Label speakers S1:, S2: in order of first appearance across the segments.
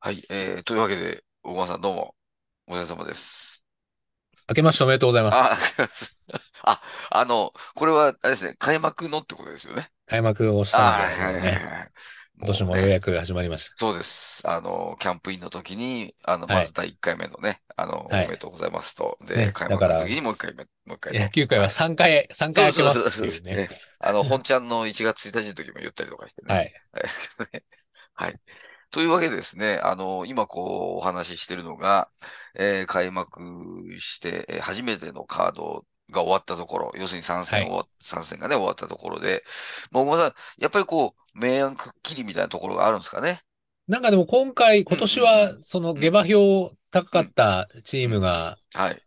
S1: はい、えー、というわけで、大川さんどうも、お疲れ様です。
S2: 明けましておめでとうございま
S1: あ、
S2: す。
S1: あ、あの、これは、あれですね、開幕のってことですよね。
S2: 開幕をしたの
S1: あ
S2: で、
S1: ー、はい
S2: も
S1: は
S2: う
S1: いはい
S2: ね、
S1: はい。
S2: 今年
S1: もう
S2: もよう
S1: ね、
S2: やく始まりまし
S1: そうです。あの、キャンプインの時に、あの、
S2: た。
S1: ま
S2: は
S1: ず
S2: い。
S1: 第1回目のね、あの、
S2: は
S1: おめで
S2: い。
S1: とうございますと、で、
S2: ね。
S1: 開
S2: だか
S1: 幕の時
S2: ら、
S1: にもう1回目、もう1回
S2: 野
S1: と。
S2: 球界
S1: は。
S2: はい3回、3
S1: そ
S2: 回
S1: う
S2: 明け
S1: そう
S2: ま
S1: そう
S2: すっ
S1: そう
S2: て
S1: で
S2: いう
S1: す
S2: ね。
S1: ね。あの、本ちゃんの1月1日の時も言ったりとかしてね。
S2: はい。
S1: はい。というわけでですね、あの、今こうお話ししているのが、えー開幕して、えー初めてのカードが終わったところ、要するに参
S2: は
S1: 戦
S2: い。
S1: を、参戦がね、終わったところで、まあ、小熊さん、やっぱりこう、明暗くっきりみたいなところがあるんですかね。
S2: なんかでも今回、
S1: う
S2: 今
S1: ん、
S2: 年は、その
S1: うん、う
S2: 下
S1: ん、
S2: 馬評高
S1: う
S2: か
S1: ん、
S2: ったチ
S1: う
S2: ー
S1: ん、う
S2: ム
S1: ん。
S2: が、
S1: はい。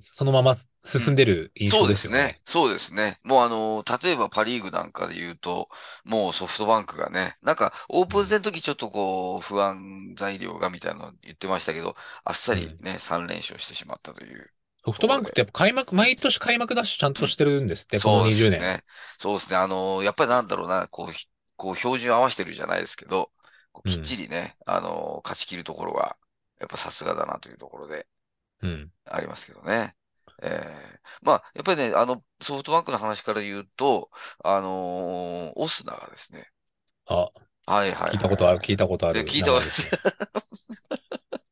S2: そのまま
S1: う
S2: 進ん
S1: ん。
S2: でる印
S1: そ
S2: 象
S1: うで
S2: です
S1: す
S2: よ
S1: ね。
S2: ね。
S1: そうですね。もうあの、例えばパリーグなんかで言うと、もうソフトバンクがね、なんかオー
S2: う
S1: プン戦
S2: ん。
S1: の時ちょっとこう、不安材料がみたいなの言ってましたけど、あっさ
S2: う
S1: り
S2: ん。
S1: ね、3連勝してしまったという
S2: ソフ
S1: とこ
S2: トバ
S1: ろ
S2: ンクっ
S1: で。
S2: てやっぱ開幕、
S1: うん
S2: 毎年開幕ダッシュちゃん
S1: う
S2: とし
S1: ん
S2: てるんですって、この
S1: そうで
S2: 20
S1: す
S2: 年。
S1: ね。そうですね。あの、やっぱりなんだろうな、こう、ひこう標準合わせてるじゃないですけど、こう
S2: う
S1: きっち
S2: ん。
S1: りね、あの、勝ち切るところが、やっぱさすがだなというところで。
S2: うん。
S1: ありますけどね。ええまあ、やっぱりね、あの、ソフトバンクの話から言うと、あのーオスナがですね、
S2: あ、
S1: はいはい
S2: 聞い
S1: は
S2: た
S1: い
S2: ことある、
S1: は
S2: 聞いたことあ
S1: い。で、
S2: る
S1: 聞い
S2: 名
S1: たわ
S2: 前
S1: けで
S2: です
S1: す
S2: ね。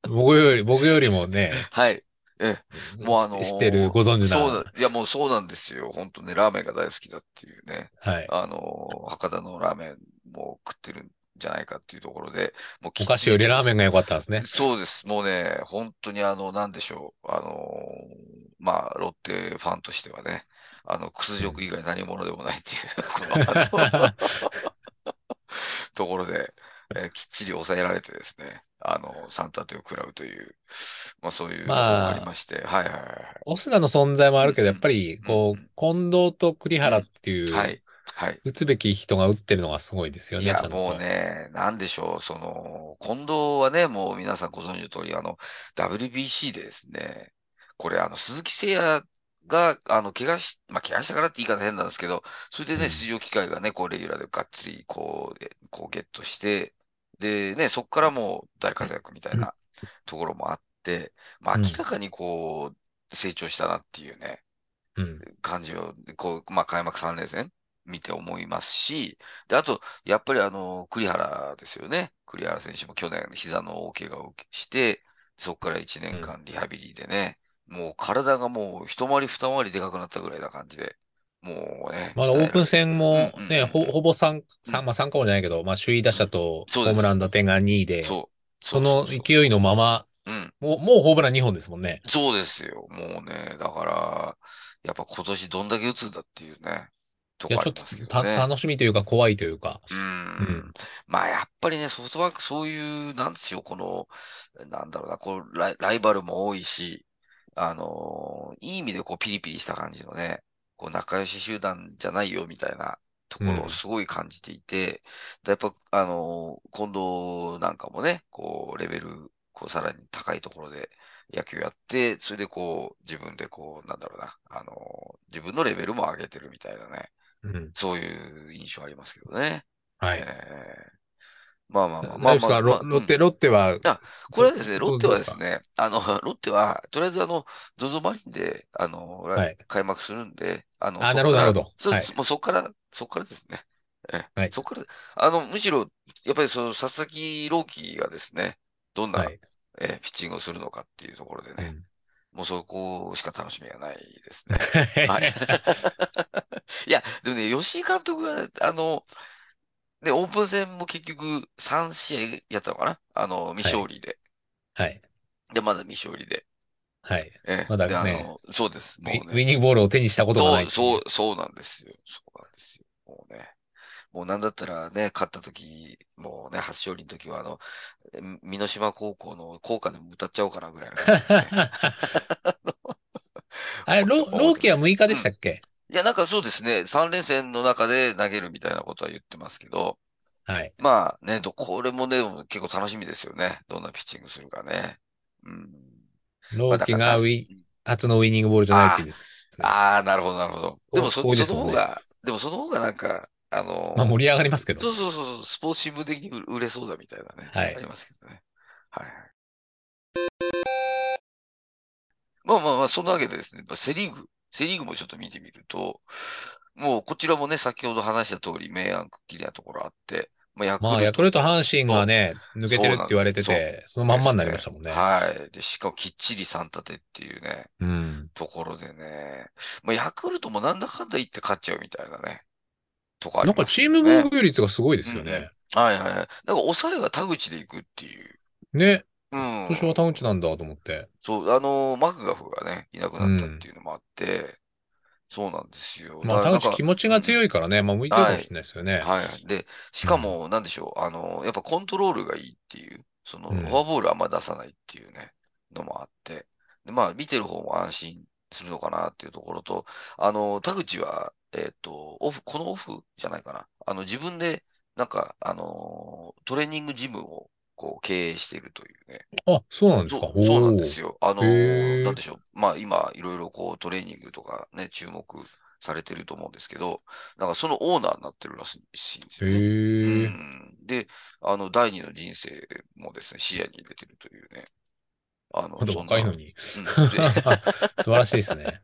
S1: よ。
S2: 僕より、僕よりもね、
S1: はい。え、もうあ
S2: し知ってる、
S1: の
S2: ご存
S1: ー
S2: 知
S1: そう
S2: な、
S1: な、いやもうそうなんですよ。本当ね、ラーメンが大好きだっていうね。
S2: はい。
S1: あのー博多のラーメンも食ってるんじゃないかっていうところで、もうき
S2: お
S1: っ
S2: 菓
S1: ち
S2: 子よ
S1: り
S2: り
S1: とで
S2: ラーメ
S1: す
S2: ンが良かったんですね。
S1: そうです。もうね、本当にあの、なんでしょう。あのーまあ、ロッテファンとしてはね、あの、屈
S2: う
S1: 辱
S2: ん。
S1: 以外何者でもないっていう、この、あのところで、えーきっちり抑えられてですね、あの、三立てを食らうという、まあ、そういうところがあり
S2: ま
S1: ま
S2: あ、
S1: して、はいはいはいはい。
S2: オスナの存在もあ
S1: う
S2: る
S1: ん
S2: け
S1: う
S2: ど、やっ
S1: ん、
S2: ぱり、
S1: うん
S2: こう、近藤と栗
S1: うん、う
S2: 原っ
S1: ん。
S2: てい
S1: は
S2: う、
S1: い、はい。
S2: 打つべき人が打ってるのがすごいですよ
S1: い
S2: ね、
S1: や、
S2: ちゃん
S1: もう
S2: と。
S1: ね、なんでしょう、その、近藤はね、もう皆さんご存知の通り、あの、WBC でですね、これ、あの、鈴木誠也が、あの、怪我し、まあ、怪我したからって言い方変なんですけど、それで
S2: う
S1: ね、出
S2: ん。
S1: 場機会がね、こう、レギュラーでがっつり、こう、えこうゲットして、で、ね、そこからもう大活躍みたいなところもあって、まあ、
S2: う
S1: 明
S2: ん。
S1: らかにこう、成長したなっていうね、
S2: うん。
S1: 感じを、こう、まあ、開幕3連戦見て思いますし、で、あと、やっぱりあの、栗原ですよね。栗原選手も去年膝の大怪我をして、そこから1
S2: う
S1: 年
S2: ん。
S1: 間リハビリでね、もう体がもう一回り二回りでかくなったぐらいな感じで、もうね、
S2: まだ
S1: 鍛
S2: オ
S1: え
S2: ー
S1: ら
S2: プン
S1: れて。
S2: 戦
S1: うん
S2: も
S1: うん
S2: ね、ほ、ほぼ3、
S1: うんうん
S2: 3、まあ3かもじゃないけど、まあ首位打
S1: うん。
S2: 者と
S1: そう
S2: ホー
S1: で
S2: ムラ
S1: す。
S2: ン打点が2位で、
S1: そう。そそ
S2: そう
S1: う
S2: の
S1: そう
S2: 勢いのまま、
S1: そう。うん。
S2: もう、もうホームラン2本ですもんね。
S1: そうですよ。もうね、だから、やっぱ今年どんだけ打つんだっていうね、と
S2: いや、
S1: こあ
S2: ち
S1: り
S2: ょっと
S1: ますけど
S2: た、
S1: ね。
S2: 楽しみというか怖いというか。
S1: うー。
S2: うんん。
S1: まあ、やっぱりね、ソフトバンク、そういう、なんでしょう、この、なんだろうな、こう、ライ、ライバルも多いし、あのーいい意味で、こう、ピリピリした感じのね、こう、仲良し集団じゃないよ、みたいなと
S2: う
S1: ころを
S2: ん。
S1: すごい感じていて、でやっぱ、あのー近藤なんかもね、こう、レベル、こう、さらに高いところで野球やって、それで、こう、自分で、こう、なんだろうな、あのー自分のレベルも上げてるみたいなね、
S2: うん。
S1: そういう印象ありますけどね。
S2: は
S1: え
S2: い。
S1: えまあまあ
S2: 大
S1: まあまあ
S2: 丈夫です
S1: まあ、ま
S2: かロ、
S1: あ、
S2: ロ
S1: う
S2: ッテ、
S1: ん。
S2: ロッテは、
S1: あ、これはですね、ロッ
S2: ど、
S1: テ
S2: どう
S1: は
S2: で
S1: ですす
S2: か
S1: ね、あの、 ロッテは、とりあえずあの、ZOZO マリンで、あの、ら
S2: はい。
S1: 開幕するんで、あの、
S2: あ、
S1: そ
S2: な
S1: っ
S2: るほ
S1: か
S2: ど、なるほ
S1: ら、
S2: ど。
S1: そ、
S2: は
S1: そ
S2: い。
S1: もうそっから、そっからですね。ええ、
S2: はい。
S1: そっから、あの、むしろ、やっぱりその佐々木朗希がですね、どん
S2: は
S1: な、
S2: い。
S1: ええ、ピッチングをするのかっていうところで
S2: う
S1: ね、
S2: ん。
S1: もうそこしか楽しみがないですね。はい。 いや、でもね、吉井監督が、あの、で、オープン戦も結局3試合やったのかなあの、未
S2: は
S1: 勝
S2: い。
S1: 利で。
S2: はい。
S1: で、まだ未勝利で。
S2: はい。
S1: ええ。
S2: まだ
S1: で、あ
S2: ね、
S1: の、そうです。
S2: ウ
S1: も
S2: ィ、
S1: う
S2: ウィ
S1: ね。
S2: ニングボールを手にしたことがな
S1: そ、
S2: い
S1: そう
S2: うとい。
S1: う、そうなんですよ。そうなんですよ。もうね。もうなんだったらね、勝った時、もうね、初勝利の時は、あの、え美濃島高校の校歌でも歌っちゃおうかなぐ らいな感じでね。
S2: あ
S1: 思
S2: れ、
S1: って、
S2: ロ、
S1: 思っ
S2: ロー
S1: て
S2: キ
S1: ま
S2: は
S1: すけ
S2: 6日
S1: ど。
S2: で
S1: う
S2: した
S1: ん。
S2: っけ
S1: いや、なんかそうですね。3連戦の中で投げるみたいなことは言ってますけど、
S2: はい。
S1: まあね、ど、これもね、結構楽しみですよね。どんなピッチングするかね。うん。まあ
S2: ロー
S1: だ
S2: キ
S1: から
S2: が
S1: だ
S2: ウ
S1: す、
S2: ィ、初のウィニングボールじゃないとい
S1: あ
S2: いですね。
S1: あ、ああ、なるほど、なるほど。でも
S2: こ、
S1: そ、
S2: こうで
S1: そ
S2: す
S1: の
S2: もん
S1: 方
S2: ね。
S1: が、でもその方がなんか、あの、
S2: まあ盛り上がりますけど。
S1: そうそうそうそう、スポーツ新聞的に売れそうだみたいなね。
S2: はい
S1: ありますけどね。はいはい。まあまあまあ、そんなわけでですね、まあセリーグ、セリーグもちょっと見てみると、もうこちらもね、先ほど話した通り、明暗くっきりなところあって、まあ、ヤクル
S2: まあ、ヤクルト、阪神がね、抜けてるって言われて
S1: そうなん
S2: て、そのまんまになりましたもんね。
S1: はい。で、しかもきっちり3立てっていうね、
S2: うん。
S1: ところでね、まあ、ヤクルトもなんだかんだ言って勝っちゃうみたいなね、とかあり
S2: なん
S1: ま
S2: か
S1: す
S2: チ
S1: よ
S2: ーム
S1: ね
S2: 防御率がすごいですよね。
S1: はいはいはい。なんか抑えが田口で行くっていう。
S2: ね、
S1: うん。
S2: 今年は田口なんだと思って。
S1: そう、あのーマクガフがね、いなくなったっていうのもあって、そうなんですよ。
S2: まあ、
S1: だから
S2: 田口気持ちが強いからね、まあ、向いてるかもしれないですよね。
S1: はいはい。で、しかも、なんでしょう、あのーやっぱコントロールがいいっていう、その、
S2: う
S1: フ
S2: ん
S1: ォアボールあんま出さないっていうね、のもあって、でまあ、見てる方も安心するのかなっていうところと、あのー田口は、えっと、オフ、このオフじゃないかな。あの、自分で、なんか、あのートレーニングジムを、こう、経営しているというね。
S2: あ、そうなんですか。
S1: そうそうなんです
S2: よ。
S1: よ。あのー、
S2: へー
S1: なんでしょう。まあ今、いろいろこうトレーニングとかね、注目されてると思うんですけど、なんかそのオーナーになってるらしいんですよね。う
S2: へえ。
S1: ん。で、あの、第二の人生もですね、視野に入れてるというね。あの
S2: ま、だ
S1: そん
S2: 若
S1: な。
S2: いの
S1: うん
S2: に。
S1: で
S2: 素晴らしいですね。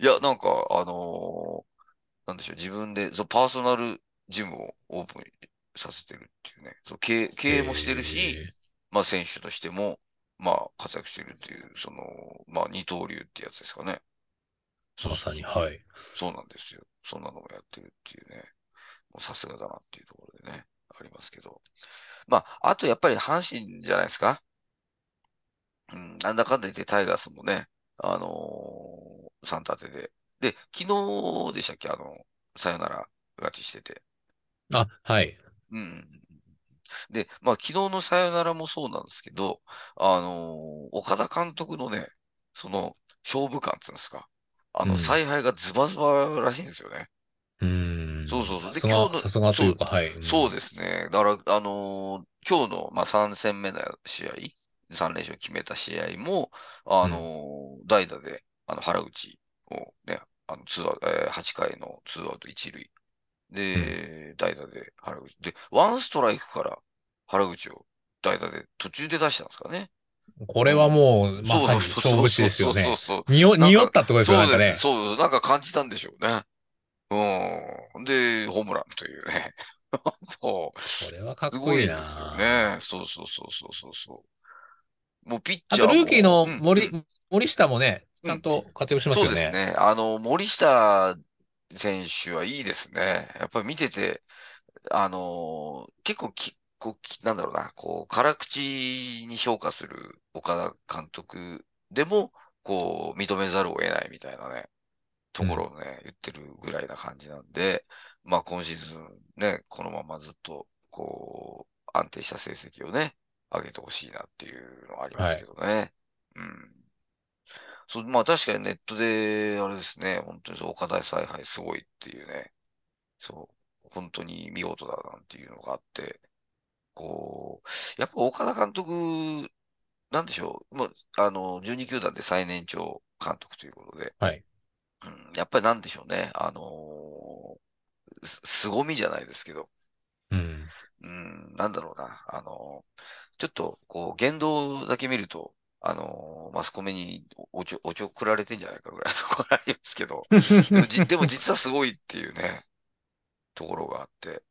S1: いや、なんか、あのーなんでしょう、自分で、そう、パーソナルジムをオープンさせてるっていうね、そう、経営、 経営もしてるし、
S2: へ
S1: まあ、選手としても、まあ、活躍してるっていう、その、まあ、二刀流ってやつですかね。
S2: ー、
S1: そう
S2: ま
S1: そ
S2: さ
S1: う
S2: に、はい。
S1: そうなんですよ。そんなのもやってるっていうね。もうさすがだなっていうところでね、ありますけど。まあ、あとやっぱり阪神じゃないですか。うん、なんだかんだ言ってタイガースもね、あのー、3立てで。で、昨日でしたっけ、あの、さよなら勝ちしてて。
S2: あ、はい。
S1: うんうんうん。で、まあ、昨日のさよならもそうなんですけど、あのー岡田監督のね、その、勝負感っていうんですか、あ
S2: う
S1: の、
S2: ん
S1: 采配がズバズバらしいんですよね。
S2: うーん。
S1: そうそうそう
S2: さす
S1: で今日
S2: が、
S1: の
S2: さすがというか、はい。
S1: そう
S2: す。
S1: ですね。だから、あのー今日の、まあ、3戦目の試合、3連勝決めた試合も、あのー代打で、あの、原口をね、あの、ツーアウト、えー8回のツーアウト1塁。で、代打で原口。で、ワンストライクから原口を代打で途中で出したんですかね。
S2: これはもう、まさに
S1: そうそうそう
S2: 勝負師ですよ
S1: そう
S2: ね。
S1: そうそう
S2: にお、匂ったってことですよ
S1: そう
S2: ね、な
S1: ん
S2: か
S1: で
S2: ね
S1: す。。そう、なんか感じたんでしょうね。うん。で、ホームランというね。 そう。
S2: これはかっ
S1: す
S2: こ
S1: ご
S2: い
S1: い
S2: い
S1: ですよ
S2: な。
S1: ね。そうそうそうそうそうそう。もうピッ
S2: あ
S1: チャー
S2: と、
S1: も。
S2: ルーキーの
S1: うん
S2: 森、
S1: うん
S2: 森下もね、ちゃんと活躍します
S1: そう
S2: よ
S1: です
S2: ね。
S1: ね。あの、森下選手はいいですね。やっぱり見てて、あの、結構き、こうき、なんだろうな、こう、辛口に評価する岡田監督でも、こう、認めざるを得ないみたいなね、ところをね、言ってるぐらいな感じなんで、まあ今シーズンね、このままずっと、こう、安定した成績をね、上げてほしいなっていうのはありますけどね。うん。そう、まあ確かにネットで、あれですね、本当にそう、岡田采配すごいっていうね、そう、本当に見事だなんていうのがあって、こう、やっぱ岡田監督、なんでしょう、まあ、あの、12球団で最年長監督ということで、
S2: はい
S1: うん、やっぱりなんでしょうね、あのーす凄みじゃないですけど、
S2: うん。
S1: うん、なんだろうな、あのーちょっと、こう、言動だけ見ると、あのーマスコミにおちょ、おちょくられてんじゃないかぐらいの ところありますけど、 でもじ、でも実はすごいっていうね、ところがあって。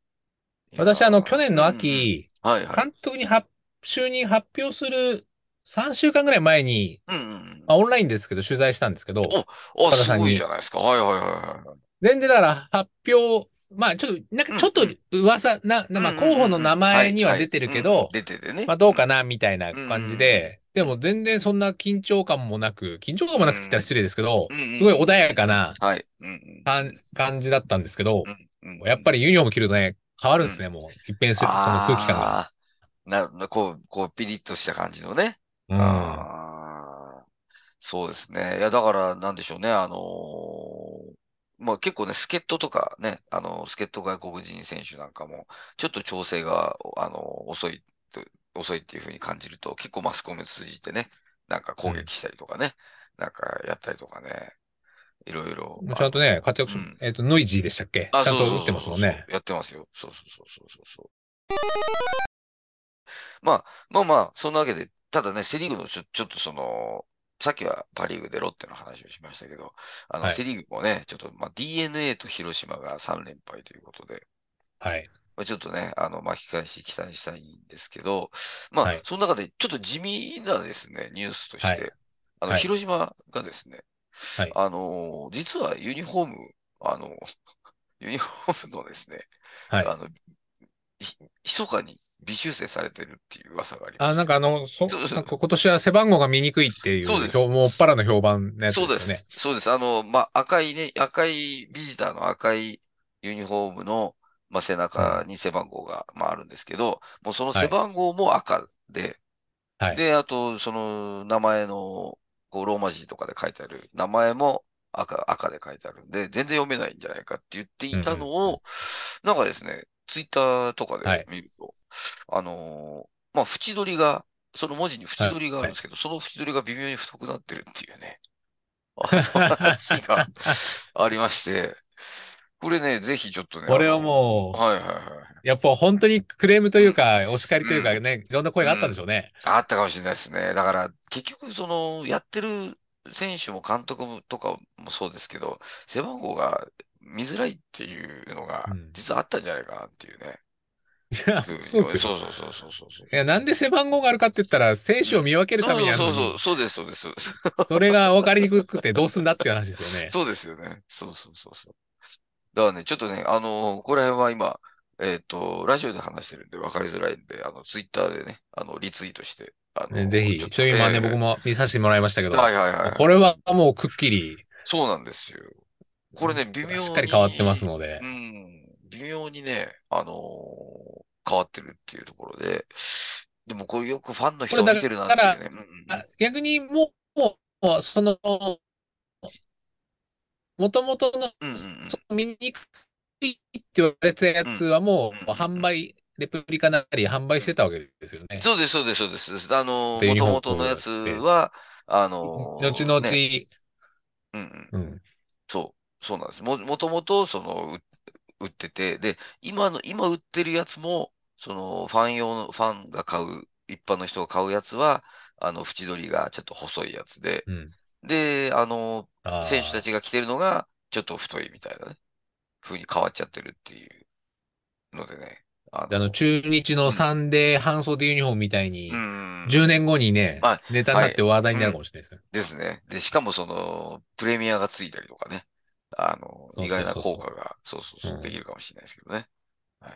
S1: いやー
S2: 私、あの、去年の、秋、
S1: うんうんはいはい。
S2: 監督に発就任発表する3週間ぐらい前に、
S1: うんうん
S2: まあ、オンラインですけど、取材したんですけど、
S1: うん。あ、
S2: 岡田さ
S1: す
S2: んに
S1: ごいじゃないですか。はいはいはいはい。
S2: 全然だから発表、まあちょっと、なんかちょっと噂、な、なまあ
S1: うんうんうん
S2: 候補の名前には出てる
S1: は
S2: け
S1: いはいうん
S2: ど、
S1: 出ててね。
S2: まあどうか
S1: な。
S2: な、みたいな感じで、でも全然そんな緊張感もなく、緊張感もなくって言ったら失礼ですけど
S1: うんうん、
S2: すごい穏やかな
S1: はい。うん
S2: かん感じだったんですけど、
S1: うん。うん。
S2: やっぱりユニフォーム着るとね、変わるんですね、もう。一変する、その空気感が。
S1: あー。なるほど、こう、こう、ピリッとした感じのね。
S2: うん。
S1: あーそうですね。いや、だから、なんでしょうね。あのーまあ、結構ね、助っ人とかね、あの、助っ人外国人選手なんかも、ちょっと調整が、あの、遅いと、遅いっていうふうに感じると、結構マスコミを通じてね、なんか攻撃したりとかね、なんかやったりとかね。いろいろ。
S2: もうちゃんとね、活躍す
S1: うん
S2: えっと、ノイジーでしたっけちゃ
S1: あ
S2: んと
S1: そうそうそう
S2: 打ってますもんね。
S1: やってますよ。そうそうそうそうそうそう。まあ、まあまあ、そんなわけで、ただね、セリーグのちょ、ちょっとその、さっきはパリーグでロッテの話をしましたけど、あの、
S2: はい
S1: セリーグもね、ちょっと、まあ、DNA と広島が3連敗ということで、
S2: はい。
S1: まあ、ちょっとね、あの、巻き返し期待したいんですけど、まあ、
S2: はい
S1: その中でちょっと地味なですね、ニュースとして、
S2: はい
S1: あの、
S2: はい
S1: 広島がですね、
S2: はい
S1: あの、実はユニフォーム、あの、 ユニフォームのですね、
S2: はい
S1: あの、ひ、密かに微修正されてるっていう噂がありま
S2: あ、
S1: す。
S2: なんかあの、そ、
S1: そうそう
S2: なんか今年は背番号が見にくいっていう、
S1: そうです
S2: 評もうっぱらの評判のやつ
S1: そう
S2: で
S1: です
S2: よね
S1: す。。そうです。あの、まあ、赤いね、赤い、ビジターの赤いユニフォームの、まあ、背中に背番号が、まあ、あるんですけど、もうその背番号も赤で、
S2: はい
S1: で、あと、その名前の、こう、ローマ字とかで書いてある、名前も赤、赤で書いてあるんで、全然読めないんじゃないかって言っていたの
S2: うんうんう
S1: を、なんかですね、ツイッターとか
S2: はい
S1: で見ると、あのーまあ、縁取りが、その文字に縁取りがあるんですけど、その縁取りが微妙に太くなってるっていう ね、あそういう話がありまして、これね、ぜひちょっとね、
S2: これは
S1: あ
S2: も
S1: の
S2: う、
S1: はいはいはい。
S2: やっぱ本当にクレームというか、お叱りというかね、いろんな声があったんでしょうね。
S1: あったかもしれないですね。だから、結局、その、やってる選手も監督もとかもそうですけど、背番号が見づらいっていうのが
S2: うん、
S1: 実はあったんじゃないかなっていうね。
S2: いや
S1: ふうに
S2: そうですよ。
S1: そうそうそうそうそう。
S2: いや、なんで背番号があるかって言ったら、選手を見分けるためにある
S1: そ
S2: の
S1: うそうそう、
S2: に、
S1: そうです、そうです、そうです。
S2: それが分かりにくくてどうすんだっていう話ですよね。
S1: そうですよね。そうそうそうそう。だからね、ちょっとね、あのーこれは今、えっと、ラジオで話してるんで分かりづらいんで、あの、ツイッターでね、あの、リツイートして、あの
S2: ねぜひ、
S1: ちょっと
S2: ちょい今ね、
S1: ええ
S2: 僕も見させてもらいましたけど、
S1: はいはいはい。
S2: これはもうくっきり、
S1: そうなんですよ。これね、微妙
S2: しっかり変わってます
S1: の
S2: ので
S1: う、ん、微妙にね、あのー変わってるっていうところで、でもこれよくファンの人
S2: これ
S1: が
S2: だ
S1: 見てるなっていうね。うんうん
S2: あ逆にもう、もうその、もともとの
S1: うんうんうんうん
S2: その見にくいって言われたやつはも
S1: うん
S2: う販売、レプリカなり販売してたわけですよね。
S1: そうです、そうです、そうです。あのー
S2: でユニフォーム
S1: 元々のやつは、あのー
S2: 後々、
S1: ねうんうん、
S2: うん。
S1: そう、そうなんです。も、もともと、その、う売ってて、で、今の、今売ってるやつも、その、ファン用の、ファンが買う、一般の人が買うやつは、あの、縁取りがちょっと細いやつで、
S2: うん。
S1: で、あの、
S2: あー
S1: 選手たちが着てるのが、ちょっと太いみたいなね、風に変わっちゃってるっていうのでね、あ
S2: あの、中日のサンデー半袖ユニフォームみたいに
S1: う、ん、
S2: 10年後にね
S1: は、
S2: ネタになって話題になるかもしれないですね。
S1: ですね。で、しかもその、プレミアがついたりとかね、あの、
S2: そうそうそうそう
S1: 意外な効果が、そうそうそうう、
S2: ん
S1: できるかもしれないですけどね。はい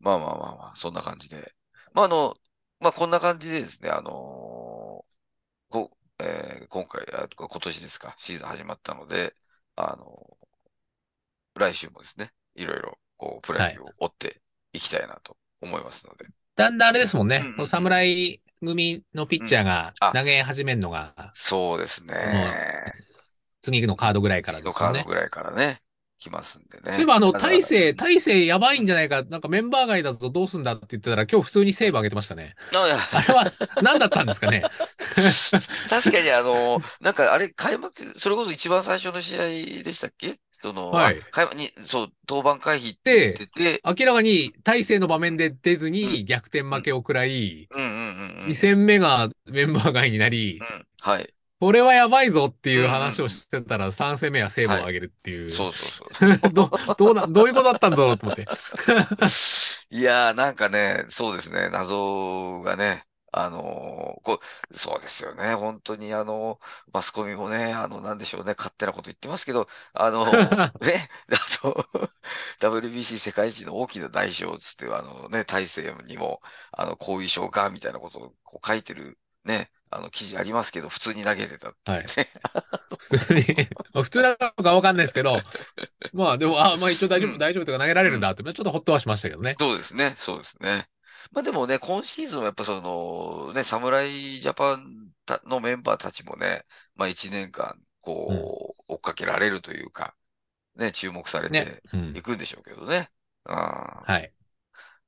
S1: まあまあまあまあ、そんな感じで。まああの、まあこんな感じでですね、あのーこ、えー今回、あ、今年ですか、シーズン始まったので、あのー来週もですね、いろいろ、こう、プロ野球を追っていきたいなと思いますので。
S2: だんだんあれですもんね
S1: うんうん。
S2: こう侍組のピッチャーが
S1: うんあ
S2: 投げ始めるのが、
S1: そうですね。
S2: 次のカードぐらいから
S1: 次
S2: で
S1: の
S2: す
S1: カ
S2: よ
S1: ード
S2: ね。
S1: ぐらいからね、来ますんでね。
S2: そういえばあの、
S1: だから
S2: 大勢、大勢やばいんじゃないか、なんかメンバー外だぞどうすんだって言ってたら、今日普通にセーブ上げてましたね。
S1: あいや
S2: あれは何だったんです かね。
S1: 確かにあの、なんかあれ、開幕、それこそ一番最初の試合でしたっけその、
S2: はい
S1: あ開幕に、そう、登板回避って言ってて、
S2: 明らかに大勢の場面で出ずに逆転負けを食らい、
S1: うんうんうんうん。
S2: 2戦目がメンバー外になり
S1: う、ん、はい。
S2: これはやばいぞっていう話をしてたら、3戦目はセーブを上げるっていう。
S1: そうそう そう。
S2: どどうな、どういうことだったんだろうと思って。
S1: いやー、なんかね、そうですね、謎がね、あのーこう、そうですよね、本当にあの、マスコミもね、あの、なんでしょうね、勝手なこと言ってますけど、あの、ね、 あの、WBC 世界一の大きな代償つって、あのね、大勢にも、あの、後遺症が、みたいなことをこう書いてる、ね、あの、記事ありますけど、普通に投げてた。
S2: はい。普通に、まあ普通なのかわかんないですけど、まあでも、あまあ一応大丈
S1: う
S2: 夫、
S1: ん
S2: 大丈夫とか投げられるんだって、ちょっとほっとはしましたけどね。
S1: そうですね、そうですね。まあでもね、今シーズンはやっぱその、ね、侍ジャパンたのメンバーたちもね、まあ1年間、こう、追っかけられるというか、ね、注目され
S2: ね
S1: て。
S2: うん
S1: い。くんでしょうけどね。うん。まあ
S2: はい。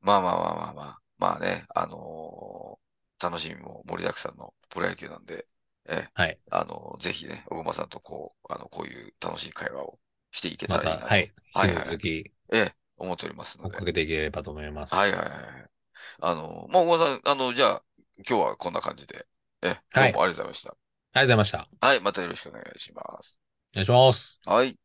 S1: まあまあまあまあ、まあね、あのー楽しみも盛りだくさんのプロ野球なんで、ええ
S2: はい。
S1: あの、ぜひね、小熊さんとこう、あの、こういう楽しい会話をしていけた
S2: ま
S1: らいい
S2: た、
S1: なと、
S2: はい。
S1: はい
S2: 引き続き
S1: ええ、思っております
S2: 追
S1: の
S2: っ
S1: で。
S2: かけていければと思います。
S1: はいはいはいはい。あの、まあ、小川さん、あの、じゃあ、今日はこんな感じで。え、
S2: は
S1: 今
S2: い
S1: 日もありがとうございました。
S2: ありがとうございました。お
S1: はい、またよろしくお願いします。
S2: 願いします。
S1: はい。